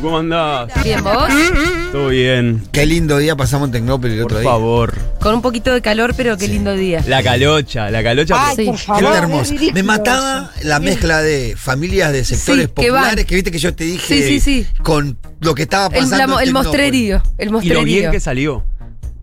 ¿Cómo andás? Bien, vos. Todo bien. Qué lindo día pasamos en Tecnópolis el Por otro día. favor. Con un poquito de calor, pero qué lindo día. La calocha, la calocha. Sí. Qué es hermoso. ridículo Me mataba la mezcla de familias de sectores Sí, que van. populares que, viste que yo te dije Sí, sí, sí. con lo que estaba El, pasando. la- en el Tecnópolis. mostrerío. El y lo bien mostrerío. que salió.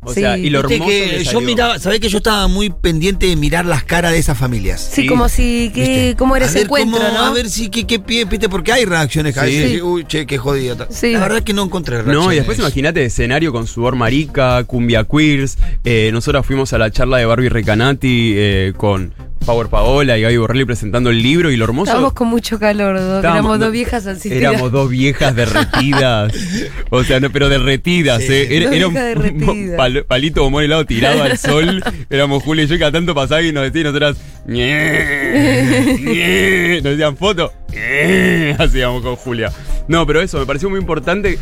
O Sí. sea, y lo Viste hermoso que que yo salió. miraba, sabés que yo estaba muy pendiente de mirar las caras de esas familias. Sí, Sí. como si. Que, ¿Viste? ¿Cómo era A ese ver cómo- encuentro, no? A ver si qué, qué pie, viste, porque hay reacciones que a Sí. veces Sí. decís, uy, che, qué jodido. Sí. La verdad que no encontré reacciones. No, y después imagínate escenario con Sudor Marica, Cumbia Queers. Eh, nosotros fuimos a la charla de Barbie Recanati eh, con Power Paola y Gaby Borrelli presentando el libro y lo hermoso. Estábamos con mucho calor, dos. Estábamos- éramos no, dos viejas así. Éramos dos viejas derretidas. o sea, no, pero derretidas, Sí. ¿eh? Era, Dos era un viejas derretidas. pal- palito bombón helado tirado al sol. Éramos Julio y yo, y cada tanto pasaba y nos decían, nosotras. "Ñe, Ñe", nos decían foto. "Ñe", Hacíamos con Julia. No, pero eso me pareció muy importante.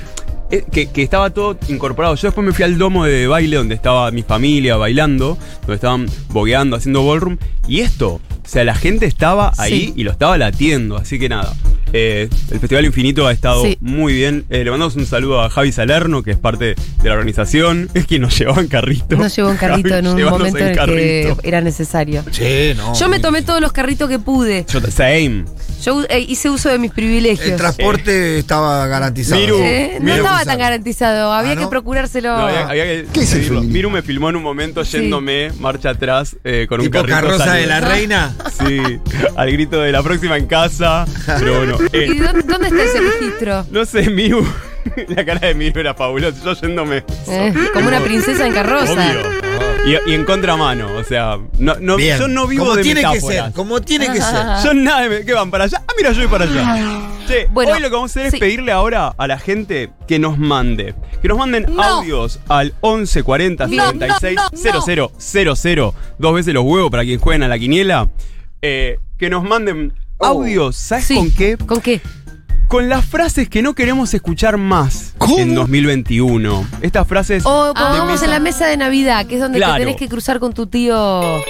eh, Que, que estaba todo incorporado. Yo después me fui al domo de baile donde estaba mi familia bailando, donde estaban bogueando, haciendo ballroom. Y esto, o sea, la gente estaba ahí Sí. y lo estaba latiendo. Así que nada, eh, el Festival Infinito ha estado Sí. muy bien. Eh, le mandamos un saludo a Javi Salerno, que es parte de la organización. Es quien nos llevaba en carrito. Nos llevó un carrito Javi en un llevándose momento en el que carrito. era necesario. Sí, no. Yo me tomé todos los carritos que pude. Yo, same. Yo eh, hice uso de mis El privilegios. transporte estaba garantizado. Miru, Eh, No Mira, estaba Gonzalo. tan garantizado, había ¿no? que procurárselo. Ah, No, había- había que ¿Qué es eso, pedirlo. Felipe? Miru me filmó en un momento Ah. Sí. yéndome marcha atrás eh, con un Tipo carrito. carroza salido. de la reina. Sí, al grito de la próxima en casa. Pero bueno. eh, ¿Y dónde, dónde está ese registro? no sé, Miru. La cara de Miru era fabulosa. Yo yéndome. Eh, como una princesa en carroza. Obvio. Y, y en contramano, o sea, no, no, Bien. yo no vivo como de tiene que metáforas. ser, como tiene que ser. Ah. Yo nada, de me- ¿qué van para allá? Ah, mira, yo voy para allá. Che, Bueno, hoy lo que vamos a hacer es sí. pedirle ahora a la gente que nos mande. Que nos manden No. audios al 1140 No, 56 no, no, no. 0000. Dos veces los huevos para quien jueguen a la quiniela. Eh, que nos manden audios, ¿sabes Oh. Sí. con qué? ¿Con qué? Con las frases que no queremos escuchar más ¿Cómo? en 2021. Estas frases. O de pongamos mesa. en la mesa de Navidad, que es donde Ah. Claro. te tenés que cruzar con tu tío.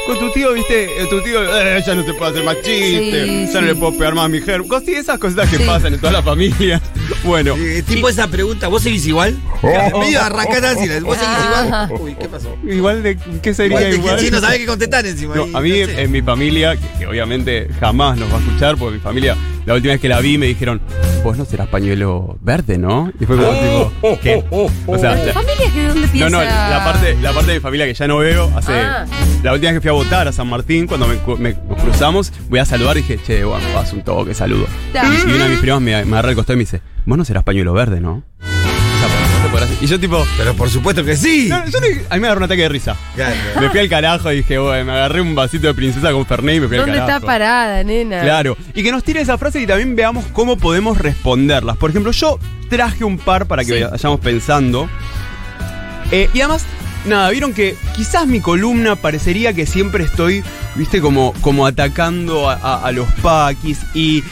Con tu tío, viste, Eh, tu tío, eh, ya no se puede hacer más chiste, Sí, ya sí. no le puedo pegar más a mi germ. Cosas, esas cositas que Sí. pasan en toda la familia. Bueno, Eh, tipo esa pregunta, ¿vos seguís igual? Mío, arrancás así, ¿vos seguís Ajá. igual? Uy, ¿qué pasó? igual de qué sería Igual, de igual. que- sí, no sabés qué contestar encima. No, ahí, a mí eh, no sé. en mi familia, que, que obviamente jamás nos va a escuchar, porque mi familia, la última vez que la vi me dijeron, vos no serás pañuelo verde, ¿no? Y fue como Ah. tipo, ¿qué? O sea, ¿Tu la- familia que de dónde No, piensa? no, la parte, la parte de mi familia que ya no veo. Hace. Ah. La última vez que fui a votar a San Martín, cuando me, cu- me- nos cruzamos, voy a saludar y dije, che, bueno, vas un toque, saludo. Ya. Y, y una de mis primas me, me agarra el costado y me dice, vos no serás pañuelo verde, ¿no? O sea, vos te podrás- Y yo tipo. Pero por supuesto que sí. no, yo le- a mí me agarró un ataque de risa. Claro. Me fui al carajo y dije, bueno, me agarré un vasito de princesa con Fernet y me fui al ¿Dónde carajo. está parada, nena? Claro. Y que nos tire esa frase y también veamos cómo podemos responderlas. Por ejemplo, yo traje un par para que Sí. vayamos pensando. Eh, y además, nada, vieron que quizás mi columna parecería que siempre estoy, viste, como, como atacando a, a- a los paquis y.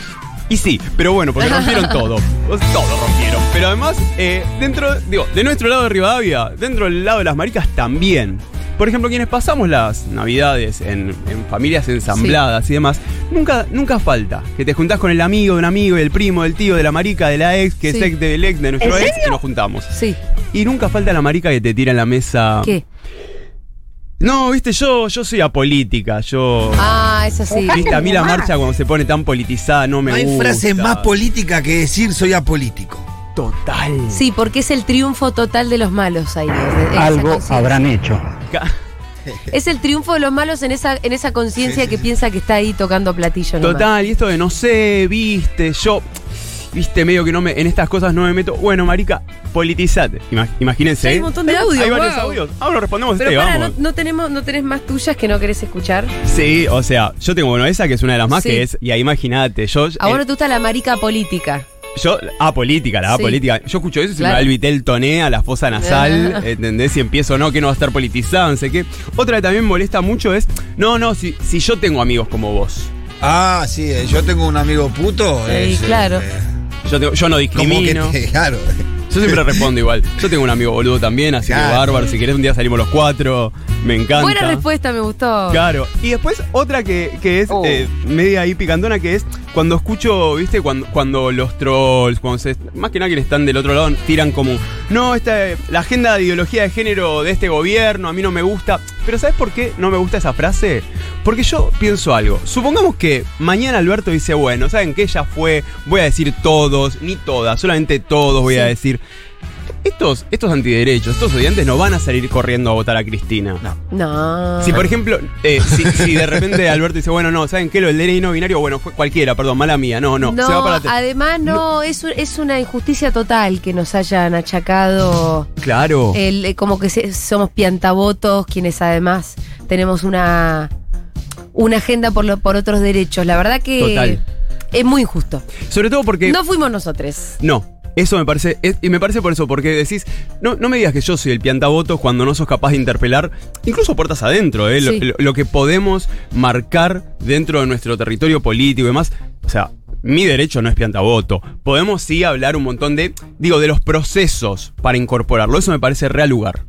Y sí, pero bueno, porque rompieron todo. Todo rompieron. Pero además, eh, dentro, digo, de nuestro lado de Rivadavia, dentro del lado de las maricas también. Por ejemplo, quienes pasamos las navidades en, en familias ensambladas y demás, nunca, nunca falta que te juntás con el amigo, de un amigo, del primo, del tío, de la marica, de la ex, que Sí. es ex del ex, de nuestro ex, y nos juntamos. Sí. Y nunca falta la marica que te tira en la mesa. ¿Qué? No, viste, yo, yo soy apolítica, yo. Ah, eso sí. Viste, a mí la marcha cuando se pone tan politizada no me No hay gusta. frase más política que decir soy apolítico. Total. Sí, porque es el triunfo total de los malos ahí. de- de esa Algo conciencia. habrán hecho. Ca- Es el triunfo de los malos en esa, en esa conciencia Sí, sí, que sí. piensa que está ahí tocando platillo. nomás. Total, y esto de no sé, viste, yo. Viste, medio que no me. En estas cosas no me meto. Bueno, marica, politizate. Ima- imagínense. Ya hay ¿eh? un montón de audios, Hay varios wow. audios. Ahora respondemos Pero este, para, vamos. no, no tenemos, ¿no tenés más tuyas que no querés escuchar? Sí, o sea, yo tengo bueno, esa que es una de las más Sí. que es. Y ahí imagínate, yo. A vos eh, no te gusta la marica política. Yo, apolítica, la Sí. apolítica. Yo escucho eso y se me Claro. va el vitel toné a la fosa nasal, Ah. ¿entendés? Si empiezo o no, que no va a estar politizado, no sé qué. Otra que también molesta mucho es, no, no, si, si yo tengo amigos como vos. Ah, sí, eh, yo tengo un amigo puto. Sí, es, eh, claro. eh, Yo, tengo- yo no como que discrimino. te- claro. Yo siempre respondo igual. Yo tengo un amigo boludo también, así que Claro. bárbaro. Si querés un día salimos los cuatro. Me encanta. Buena respuesta, me gustó. Claro. Y después otra que, que es Oh. eh, media ahí picantona, que es cuando escucho, viste, cuando, cuando los trolls, cuando se- más que nada quienes están del otro lado, tiran como, no, esta, eh, la agenda de ideología de género de este gobierno, a mí no me gusta. Pero ¿sabes por qué no me gusta esa frase? Porque yo pienso algo. Supongamos que mañana Alberto dice, bueno, ¿saben qué? Ya fue, voy a decir todos, ni todas, solamente todos voy a Sí. decir. Estos, estos antiderechos, estos estudiantes no van a salir corriendo a votar a Cristina. No. No. Si, por ejemplo, eh, si, si de repente Alberto dice, bueno, no, ¿saben qué? Lo del DNI no binario, bueno, fue cualquiera, perdón, mala mía, no, no, se va para atrás. además no, Es, un- es una injusticia total que nos hayan achacado Claro. el, eh, como que se- somos piantavotos, quienes además tenemos una, una agenda por, lo- por otros derechos. La verdad que Total. es muy injusto. Sobre todo porque. No. No fuimos nosotros. Eso me parece, es- y me parece por eso, porque decís, no, no me digas que yo soy el piantavoto cuando no sos capaz de interpelar, incluso puertas adentro, eh, lo, Sí. lo- lo que podemos marcar dentro de nuestro territorio político y demás. O sea, mi derecho no es piantavoto. Podemos sí hablar un montón de, digo, de los procesos para incorporarlo. Eso me parece real lugar.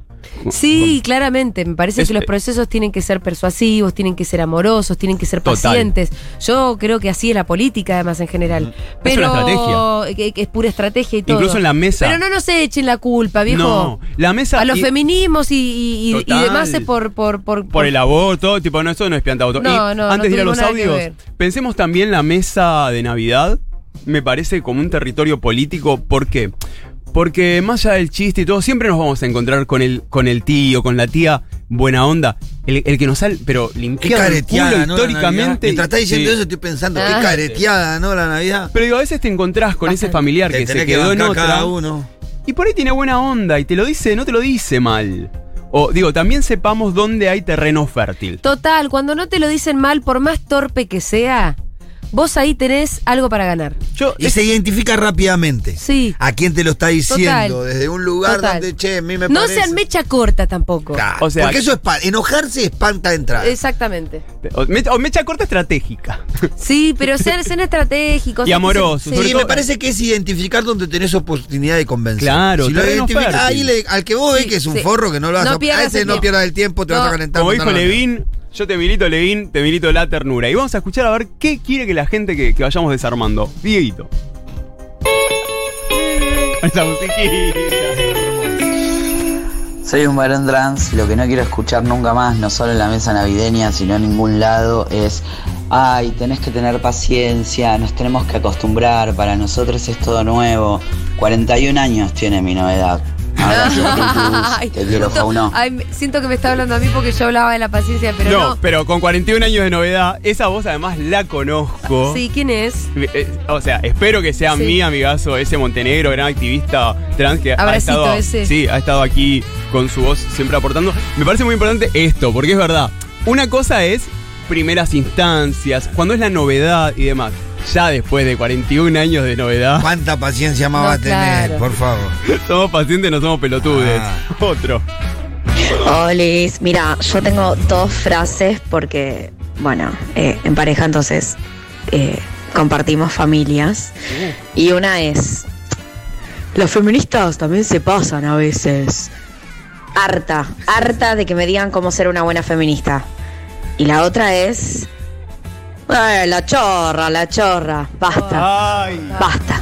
Sí, claramente. Me parece Es- que los procesos tienen que ser persuasivos, tienen que ser amorosos, tienen que ser Total. pacientes. Yo creo que así es la política, además, en general. Pero una estrategia. que- que es pura estrategia y todo. Incluso en la mesa. Pero no nos echen la culpa, viejo. No, la mesa. A los y- feminismos y, y- y- y Total. demás es por, por, por, Por el aborto, tipo, no, eso no es piantauto. No, y no, antes no de ir a tuvimos los nada que audios, ver. pensemos también la mesa de Navidad. Me parece como un territorio político. ¿Por qué? Porque más allá del chiste y todo, siempre nos vamos a encontrar con el, con el tío, con la tía buena onda. El, el que nos sale, pero Qué limpiado el careteada, culo ¿no? históricamente. Históricamente. Mientras está diciendo Sí. eso, estoy pensando, Ah. qué careteada, ¿no? La Navidad. Pero digo, a veces te encontrás con ese Bastante. familiar Te que tenés se quedó en bancar otra. cada uno. Y por ahí tiene buena onda y te lo dice, no te lo dice mal. O digo, también sepamos dónde hay terreno fértil. Total, cuando no te lo dicen mal, por más torpe que sea, vos ahí tenés algo para ganar. Yo, Y es- se identifica rápidamente. Sí. A quién te lo está diciendo. Total. Desde un lugar Total. donde, che, a mí me no parece. sean mecha corta tampoco. Claro, O sea, porque eso es enojarse espanta de entrada. Exactamente. o mecha, o mecha corta estratégica. Sí, pero sean, sean estratégicos. Y amorosos, Sí. sobre y todo- me parece que es identificar donde tenés oportunidad de convencer. Claro, si lo terreno identificás, fértil. ahí le- al que vos ves Sí, que es un sí. forro que no lo vas No a pierdas a ese el no tiempo. pierdas el tiempo, te No. vas a calentar. Como dijo mandando la mierda. Levin, yo te milito Levin, te milito la ternura. Y vamos a escuchar a ver qué quiere que la gente que, que vayamos desarmando. Dieguito. Esa musiquita. Soy un varón trans y lo que no quiero escuchar nunca más, no solo en la mesa navideña, sino en ningún lado, es, ay, tenés que tener paciencia, nos tenemos que acostumbrar, para nosotros es todo nuevo. 41 años tiene mi novedad. Abrazo, Ay, Pitus. te quiero, siento- Fauno. ay, me- siento que me está hablando a mí porque yo hablaba de la paciencia, pero No, no. pero con 41 años de novedad, esa voz además la conozco. Sí, ¿quién es? Eh, O sea, espero que sea Sí. mi amigazo ese Montenegro, gran activista trans que ha Abracito estado, ese. sí, ha estado aquí con su voz siempre aportando. Me parece muy importante esto, porque es verdad. Una cosa es primeras instancias, cuando es la novedad y demás. Ya después de 41 años de novedad, ¿Cuánta paciencia más No, vas a tener? claro. Por favor. somos pacientes, no somos pelotudes. Ah. Otro. Olis, mira, yo tengo dos frases porque, bueno, eh, en pareja entonces eh, compartimos familias. Y una es, los feministas también se pasan a veces. Harta, harta de que me digan cómo ser una buena feminista. Y la otra es, "Eh, la chorra, la chorra, Ah. basta, Ay. basta.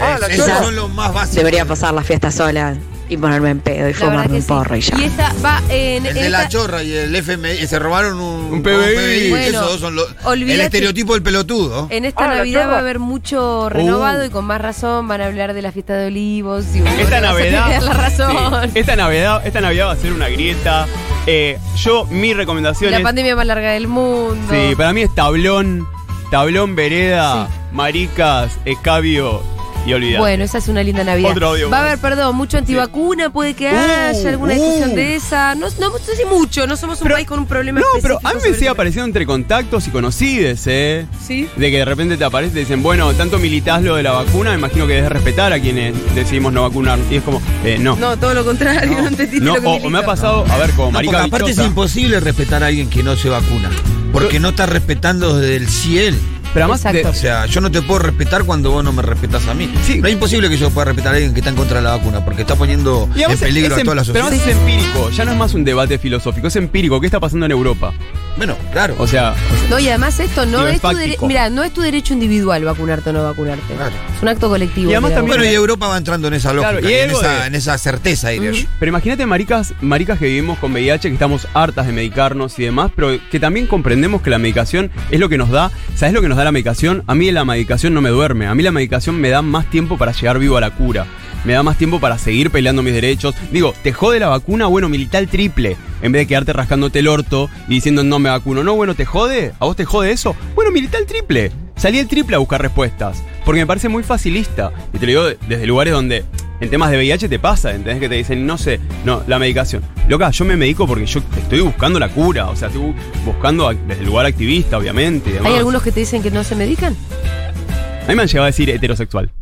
Ah, Esos chorra. son los más básicos. Debería pasar la fiesta sola y ponerme en pedo y La verdad fumarme que un sí. porro y ya. Y esta va en. El en de la esta- chorra y el FMI se robaron un, Un PBI. Bueno, Bueno, esos dos son los- el olvídate. estereotipo del pelotudo. en esta Navidad va a haber Uh. mucho renovado y con más razón van a hablar de la fiesta de olivos y bueno, Esta vas a Navidad. tener la razón. sí, esta Navidad, esta Navidad va a ser una grieta. Eh, yo, mi recomendación La es. pandemia más larga del mundo. Sí, para mí es tablón, tablón, vereda, Sí. maricas, escabio y olvidar. Bueno, esa es una linda Navidad. Otro audio Va a más. haber, perdón, mucho antivacuna, puede que Uh, haya alguna discusión uh. de esa. No, no, no sé si mucho, no somos un Pero- país con un problema no, pero a mí me sigue decía apareciendo entre contactos y conocides, ¿eh? Sí. De que de repente te aparece y te dicen, bueno, tanto militás lo de la vacuna, me imagino que debes respetar a quienes decidimos no vacunar. Y es como, eh, no. No, todo lo contrario, no, entendiste No, lo que o, milito. o me ha pasado, a ver, como No, porque marica aparte es bichota. imposible respetar a alguien que no se vacuna. Porque no está respetando desde el cielo. Pero además, de- Exacto. O sea, yo no te puedo respetar cuando vos no me respetas a mí. Sí. No es imposible que yo pueda respetar a alguien que está en contra de la vacuna, porque está poniendo y en además peligro es a toda la em- Pero sociedad. además es empírico, ya no es más un debate filosófico, es empírico. ¿Qué está pasando en Europa? Bueno, claro. O sea, No, y además esto no Digo, es es, tu fáctico. derecho. Mira, no es tu derecho individual vacunarte o no vacunarte. Claro. Es un acto colectivo. Y además mira, también- bueno, vos. y Europa va entrando en esa lógica, Claro, y Mm. y en, algo esa, de- en esa certeza, diría yo. Pero imagínate maricas, maricas que vivimos con VIH, que estamos hartas de medicarnos y demás, pero que también comprendemos que la medicación es lo que nos da. ¿Sabes lo que nos da la medicación? A mí la medicación no me duerme. A mí la medicación me da más tiempo para llegar vivo a la cura. Me da más tiempo para seguir peleando mis derechos. Digo, te jode la vacuna, bueno, militar triple. En vez de quedarte rascándote el orto y diciendo no me vacuno. No, bueno, te jode. ¿A vos te jode eso? Bueno, militar triple. Salí el triple a buscar respuestas. Porque me parece muy facilista. Y te lo digo de- desde lugares donde en temas de VIH te pasa, ¿entendés? Que te dicen, no sé, no, la medicación. Loca, yo me medico porque yo estoy buscando la cura, o sea, estoy bu- buscando a- desde el lugar activista, obviamente. y demás. ¿Hay algunos que te dicen que no se medican? Eh, A mí me han llegado a decir heterosexual.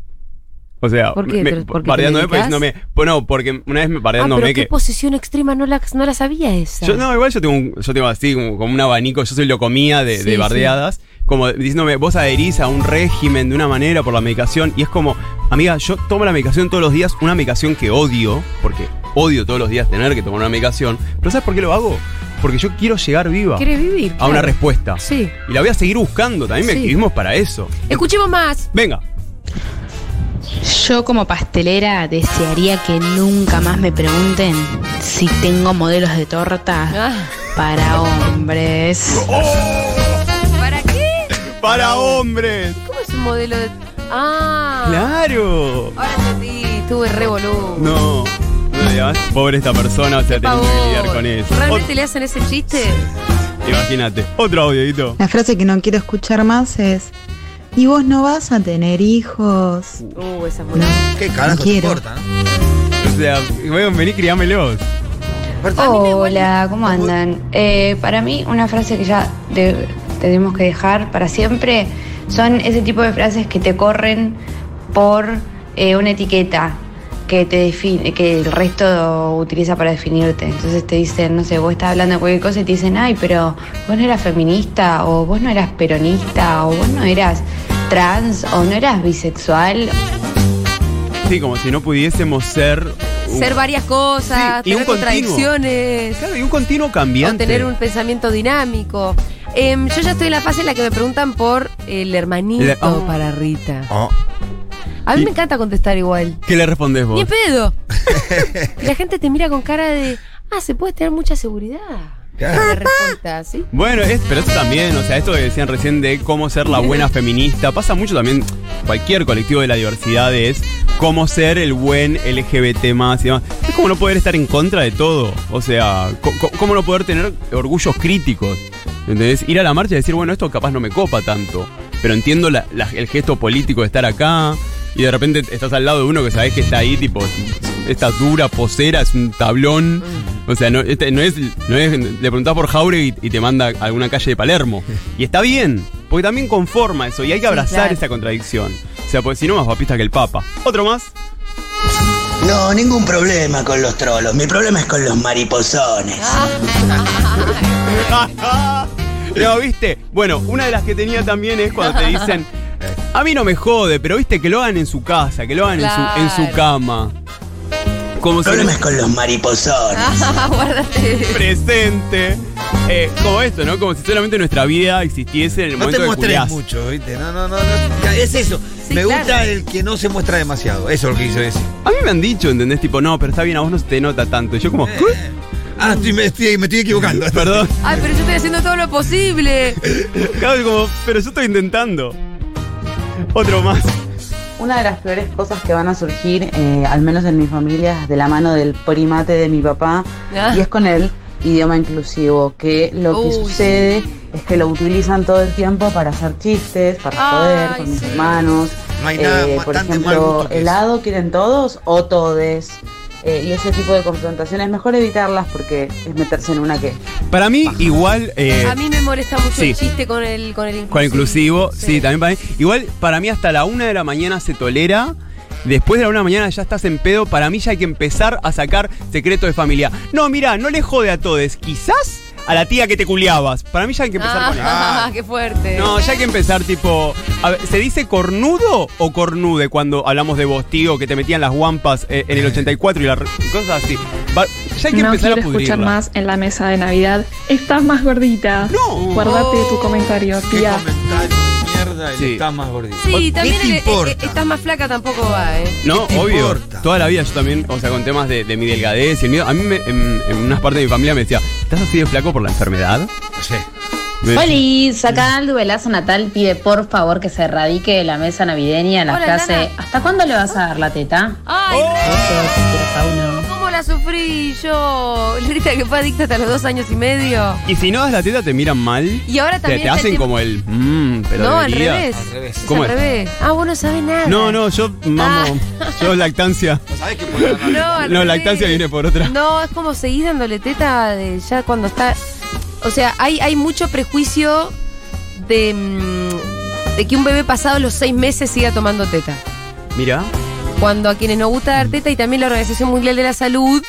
O sea, ¿Por qué? me- ¿Pero por qué te bardeándome, pero medicás? diciéndome, pues no, porque una vez me Ah, bardeándome pero qué que... posesión extrema, no la, no la sabía esa. Yo, no, igual yo tengo, un- yo tengo así como, como un abanico, yo soy locomía de, Sí, de sí. bardeadas, como diciéndome, vos adherís a un régimen de una manera por la medicación, y es como, amiga, yo tomo la medicación todos los días, una medicación que odio, porque odio todos los días tener que tomar una medicación, pero ¿sabes por qué lo hago? Porque yo quiero llegar viva ¿Quieres vivir? a una Claro. respuesta. Sí. Y la voy a seguir buscando, también me Sí. activismo es para eso. Escuchemos más. Venga. Yo como pastelera desearía que nunca más me pregunten si tengo modelos de torta Ah, para hombres. ¿Para qué? ¡Para hombres! ¿Cómo es un modelo de.? Ah. ¡Claro! Ahora entendí, estuve re boludo. No, no digas, pobre esta persona, o sea, Qué teniendo que pavor. lidiar con eso. ¿Realmente le hacen ese chiste? Imagínate. Otro audiodito. La frase que no quiero escuchar más es, y vos no vas a tener hijos. Uh, esa es muy. No, ¿Qué no carajo te quiero. importa? ¿no? O sea, weón, vení, criámelos. Hola, ¿cómo andan? Eh, para mí, una frase que ya de- tenemos que dejar para siempre son ese tipo de frases que te corren por eh, una etiqueta que te define, que el resto utiliza para definirte. Entonces te dicen, no sé, vos estás hablando de cualquier cosa y te dicen, ay, pero vos no eras feminista, o vos no eras peronista, o vos no eras trans, o no eras bisexual, Sí, como si no pudiésemos ser. un- Ser varias cosas, Sí, y un tener continuo. contradicciones. Claro, y un continuo O cambiante. tener un pensamiento dinámico. Em, yo ya estoy en la fase en la que me preguntan por el hermanito Le- oh. para Rita. Oh, A mí Y- me encanta contestar igual. ¿Qué le respondés ¡Ni vos? en pedo! Y la gente te mira con cara de. Ah, se puede tener mucha seguridad. claro. La Ah. respuesta, ¿sí? Bueno, es, pero eso también, o sea, esto que decían recién de cómo ser la buena feminista, pasa mucho también, cualquier colectivo de la diversidad es cómo ser el buen LGBT más y demás. Es como no poder estar en contra de todo, o sea, co- co- cómo no poder tener orgullos críticos, ¿entendés? Ir a la marcha y decir, bueno, esto capaz no me copa tanto, pero entiendo la- la- el gesto político de estar acá y de repente estás al lado de uno que sabés que está ahí, tipo, esta dura posera, es un tablón. O sea, no, este no es, no es- Le preguntás por Jauregui y, y te manda a alguna calle de Palermo. Y está bien, porque también conforma eso y hay que abrazar claro. esa contradicción. O sea, pues si no, más papista que el Papa. Otro más. No, ningún problema con los trolos. Mi problema es con los mariposones. No, viste. Bueno, una de las que tenía también es cuando te dicen. A mí no me jode, pero viste que lo hagan en su casa, que lo hagan en su- en, su, Claro. cama. Como Mi si problema es con los mariposones. Ah, guárdate. presente. Eh, como esto, ¿no? Como si solamente nuestra vida existiese en el No momento te de muestres culiás. mucho, ¿viste? No, no, no. no. Es eso. Sí, Me claro. gusta el que no se muestra demasiado. Eso es lo que hizo ese. A mí me han dicho, ¿entendés? Tipo, no, pero está bien, a vos no se te nota tanto. Y yo como, ¿qué? Ah, estoy- me, estoy, me estoy equivocando. Perdón. Ay, pero yo estoy haciendo todo lo posible. Eh. Claro, como, pero yo estoy intentando. Otro más. Una de las peores cosas que van a surgir, eh, al menos en mi familia, es de la mano del primate de mi papá, Ah. y es con el idioma inclusivo, que lo que Uy, sucede es que lo utilizan todo el tiempo para hacer chistes, para Ay, joder con mis sí. hermanos. No hay nada Eh, más- por tanto mal gusto ejemplo, que eso. helado quieren todos o todes. Eh, y ese tipo de confrontaciones, mejor evitarlas porque es meterse en una que Para mí, igual. eh, A mí me molesta mucho sí. el chiste con el, con el inclusivo. Con inclusivo, sí. también para mí. Igual, para mí hasta la una de la mañana se tolera. Después de la una de la mañana ya estás en pedo. Para mí ya hay que empezar a sacar secretos de familia. No, mira, no le jode a todos. Quizás a la tía que te culiabas. Para mí ya hay que empezar con eso. Ah, qué fuerte. No, ya hay que empezar tipo. a ver, ¿Se dice cornudo o cornude cuando hablamos de vos, tío, que te metían las guampas eh, en el 84 y la, re- cosas así? Va- ya hay que no empezar quiero a pudrirla. escuchar más en la mesa de Navidad. Estás más gordita. No. Guardate tu comentario, tía. Mierda, él Sí. está más gordito. Sí, también ¿Qué te el- el- importa? el- estás más flaca tampoco va, ¿eh? No, ¿Qué te obvio. importa? Toda la vida yo también, o sea, con temas de, de mi delgadez y el miedo. A mí, me- en, en unas partes de mi familia me decía, ¿estás así de flaco por la enfermedad? Sí. Oli, saca al duelazo natal, pide por favor que se erradique de la mesa navideña la Hola, frase Nana. ¿Hasta cuándo le vas a dar la teta? ¡Ay, Oh. Pauno. ¿Cómo la sufrí yo? Lerita que fue adicta hasta los dos años y medio. Y si no das la teta, te miran mal. Y ahora Te- también Te, está el hacen tema- como el. Mmm, pero no, al debería". revés. revés. Es ¿Cómo al es? revés. Ah, vos no sabés nada. No, no, yo mamo. Yo lactancia. Pues ¿Sabés qué Ah. No, al No, revés. lactancia viene por otra. No, es como seguir dándole teta de ya cuando está. O sea, hay, hay mucho prejuicio de, mm, de que un bebé pasado los seis meses siga tomando teta. Mira. Cuando a quienes nos gusta dar teta y también la Organización Mundial de la Salud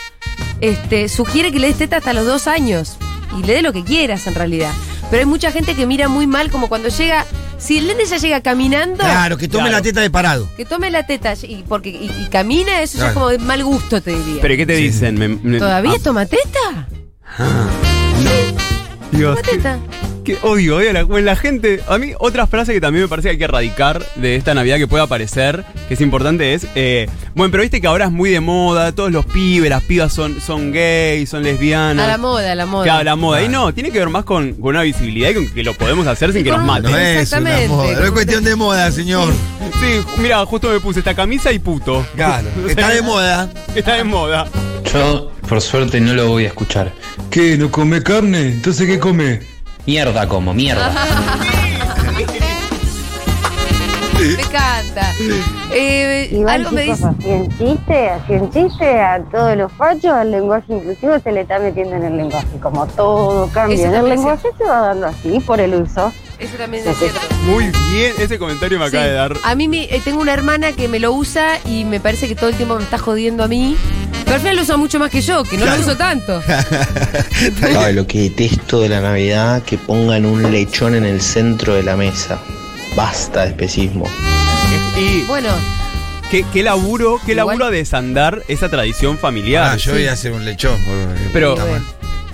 este, sugiere que le des teta hasta los dos años y le dé lo que quieras en realidad. Pero hay mucha gente que mira muy mal, como cuando llega. Si el nene ya llega caminando. Claro, que tome Claro. la teta de parado. Que tome la teta y, porque, y, y camina, eso ya es Claro. como de mal gusto, te diría. ¿Pero qué te dicen? Me- me- ¿Todavía ah, toma teta? Dios, ¿Toma qué- teta? Que odio, odio la, bueno, la gente. A mí, otra frase que también me parece que hay que erradicar de esta Navidad que puede aparecer, que es importante, es. eh, bueno, pero viste que ahora es muy de moda, todos los pibes, las pibas son, son gays, son lesbianas. A la moda, a la moda. Claro, la moda. Y no, tiene que ver más con, con una visibilidad y con que lo podemos hacer sin que nos con- maten. Ah, No es una Exactamente. moda. No es cuestión de moda, señor. Sí, mira, justo me puse esta camisa y puto. Claro. Está de moda. Está de moda. Yo, por suerte, no lo voy a escuchar. ¿Qué? ¿No come carne? Entonces, ¿qué come? Mierda como, mierda. Me encanta. Eh, Igual, algo me chicos, dice. así un chiste, así un chiste a todos los fachos, al lenguaje inclusivo se le está metiendo en el lenguaje, como todo Eso cambia en el también es lenguaje se va dando así por el uso. Eso también es cierto. Muy bien, ese comentario me acaba Sí, de dar. A mí me- eh, tengo una hermana que me lo usa y me parece que todo el tiempo me está jodiendo a mí. Pero al final lo usa mucho más que yo, que no lo uso tanto. Ay, lo que detesto de la Navidad, que pongan un lechón en el centro de la mesa. Basta de especismo. Y Bueno, qué, qué laburo, qué laburo a desandar esa tradición familiar. Ah, yo voy a hacer un lechón. por- Pero- Está mal.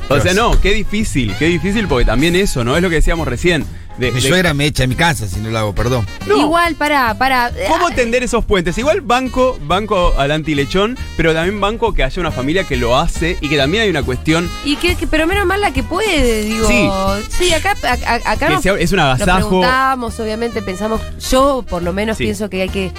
O sea, no, qué difícil, qué difícil porque también eso, ¿no? Es lo que decíamos recién. de- Mi eh, de- suegra me echa en mi casa si no lo hago, perdón. igual, pará, pará. ¿Cómo tender esos puentes? Igual banco, banco al antilechón, pero también banco que haya una familia que lo hace y que también hay una cuestión Y que, que- pero menos mal la que puede, digo. Sí. Sí, acá, a- a- acá que nos- sea- es un Nos agasajo. preguntamos, obviamente pensamos, yo por lo menos Sí. pienso que hay que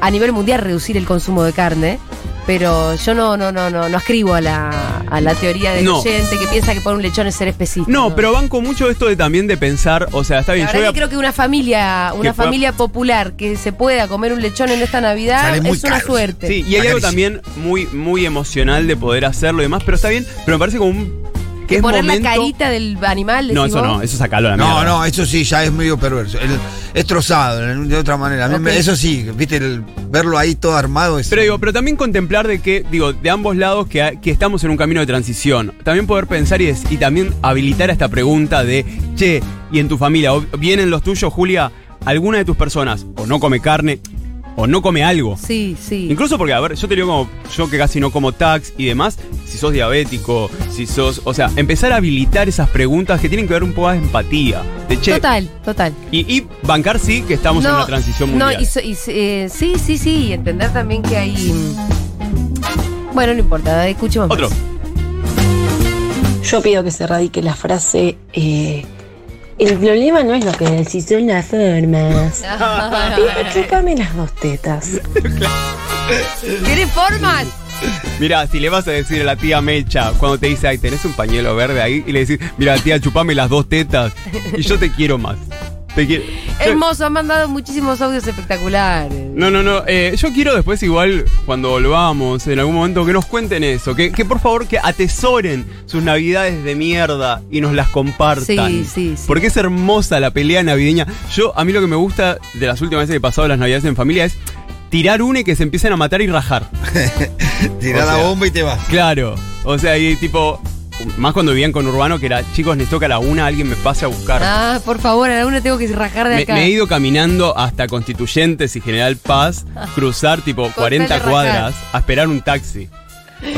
a nivel mundial reducir el consumo de carne, pero yo no no no no no escribo a la, a la teoría del No. oyente que piensa que por un lechón es ser especista. No, pero banco mucho esto de también de pensar, o sea, está la bien, verdad yo voy a- que creo que una familia, una Que pueda- familia popular que se pueda comer un lechón en esta Navidad Sale muy es una caro. suerte. Sí, y hay algo Acaricia. también muy, muy emocional de poder hacerlo y demás, pero está bien, pero me parece como un... que es Poner momento... la carita del animal. No, decís eso vos. no, eso sacalo a la No, mierda. no, eso sí, ya es medio perverso. El- es trozado, en- de otra manera. A mí me- Ok. eso sí, viste, el- verlo ahí todo armado es. Pero digo, pero también contemplar de que, digo, de ambos lados que, ha- que estamos en un camino de transición. También poder pensar y, des- y también habilitar a esta pregunta de, che, y en tu familia, o vienen los tuyos, Julia, alguna de tus personas o no come carne o no come algo. Sí, sí. Incluso porque, a ver, yo te digo como, yo que casi no como tax y demás, si sos diabético, si sos, o sea, empezar a habilitar esas preguntas que tienen que ver un poco más de empatía. De che, Total, total. Y, y bancar sí que estamos en una transición mundial. No, y so- y s- eh, sí, sí, sí, y entender también que hay... mm, Bueno, no importa, escuchemos más. Otro. Yo pido que se erradique la frase. eh, el problema no es lo que decís, son las formas. Pido que came las dos tetas. ¿Querés formas? Mira, si le vas a decir a la tía Mecha cuando te dice, ay, tenés un pañuelo verde ahí, y le decís, mira, tía, chupame las dos tetas y yo te quiero más. Te quiero. Hermoso, han mandado muchísimos audios espectaculares. No, no, no. eh, yo quiero después, igual, cuando volvamos, en algún momento, que nos cuenten eso. Que, que por favor, que atesoren sus navidades de mierda y nos las compartan. Sí, sí, sí. Porque es hermosa la pelea navideña. Yo, a mí lo que me gusta de las últimas veces que he pasado las navidades en familia es tirar una y que se empiecen a matar y rajar. Tirá o sea- la bomba y te vas. Claro. O sea, y tipo, más cuando vivían con Urbano, que era, chicos, les toca a la una, alguien me pase a buscar. Ah, por favor, a una tengo que rajar de Me, acá. me he ido caminando hasta Constituyentes y General Paz, Ah. cruzar tipo tal de 40 rajar. cuadras a esperar un taxi.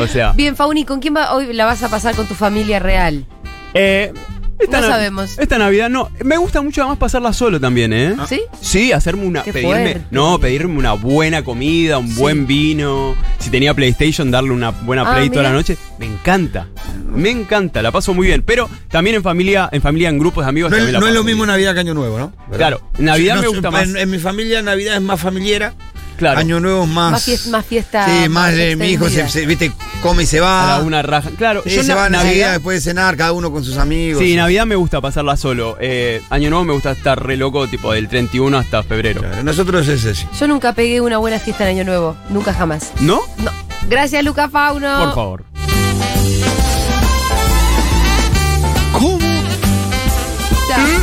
O sea, Bien, Fauni, ¿con quién va- hoy la vas a pasar con tu familia real? eh, esta No nav- sabemos. Esta Navidad no. Me gusta mucho además pasarla solo también, ¿eh? ¿Sí? Sí, hacerme una. Qué Pedirme, fuerte. no, pedirme una buena comida, un buen vino. Si tenía PlayStation, darle una buena Ah, play toda la mira. noche. Me encanta. Me encanta, la paso muy bien. Pero también en familia, en familia, en grupos de amigos. No, es- también la no es paso lo muy mismo bien. Navidad que Año Nuevo, ¿no? Claro, Navidad Sí, no, me gusta en- más. En, en mi familia Navidad es más familiar. Claro. Año Nuevo es más. Más, fies- más fiesta. sí, más de mi hijo se, extendida. se- viste, come y se va. A la una raja. Claro, Sí, yo se na- va a Navidad, Navidad- después de cenar, cada uno con sus amigos. Sí, Navidad me gusta pasarla solo. Eh, Año Nuevo me gusta estar re loco, tipo del 31 hasta febrero. Nosotros es ese. Yo nunca pegué una buena fiesta en Año Nuevo. Nunca jamás. ¿No? Gracias, Luca Fauno. Por favor. ¿Cómo? Ta-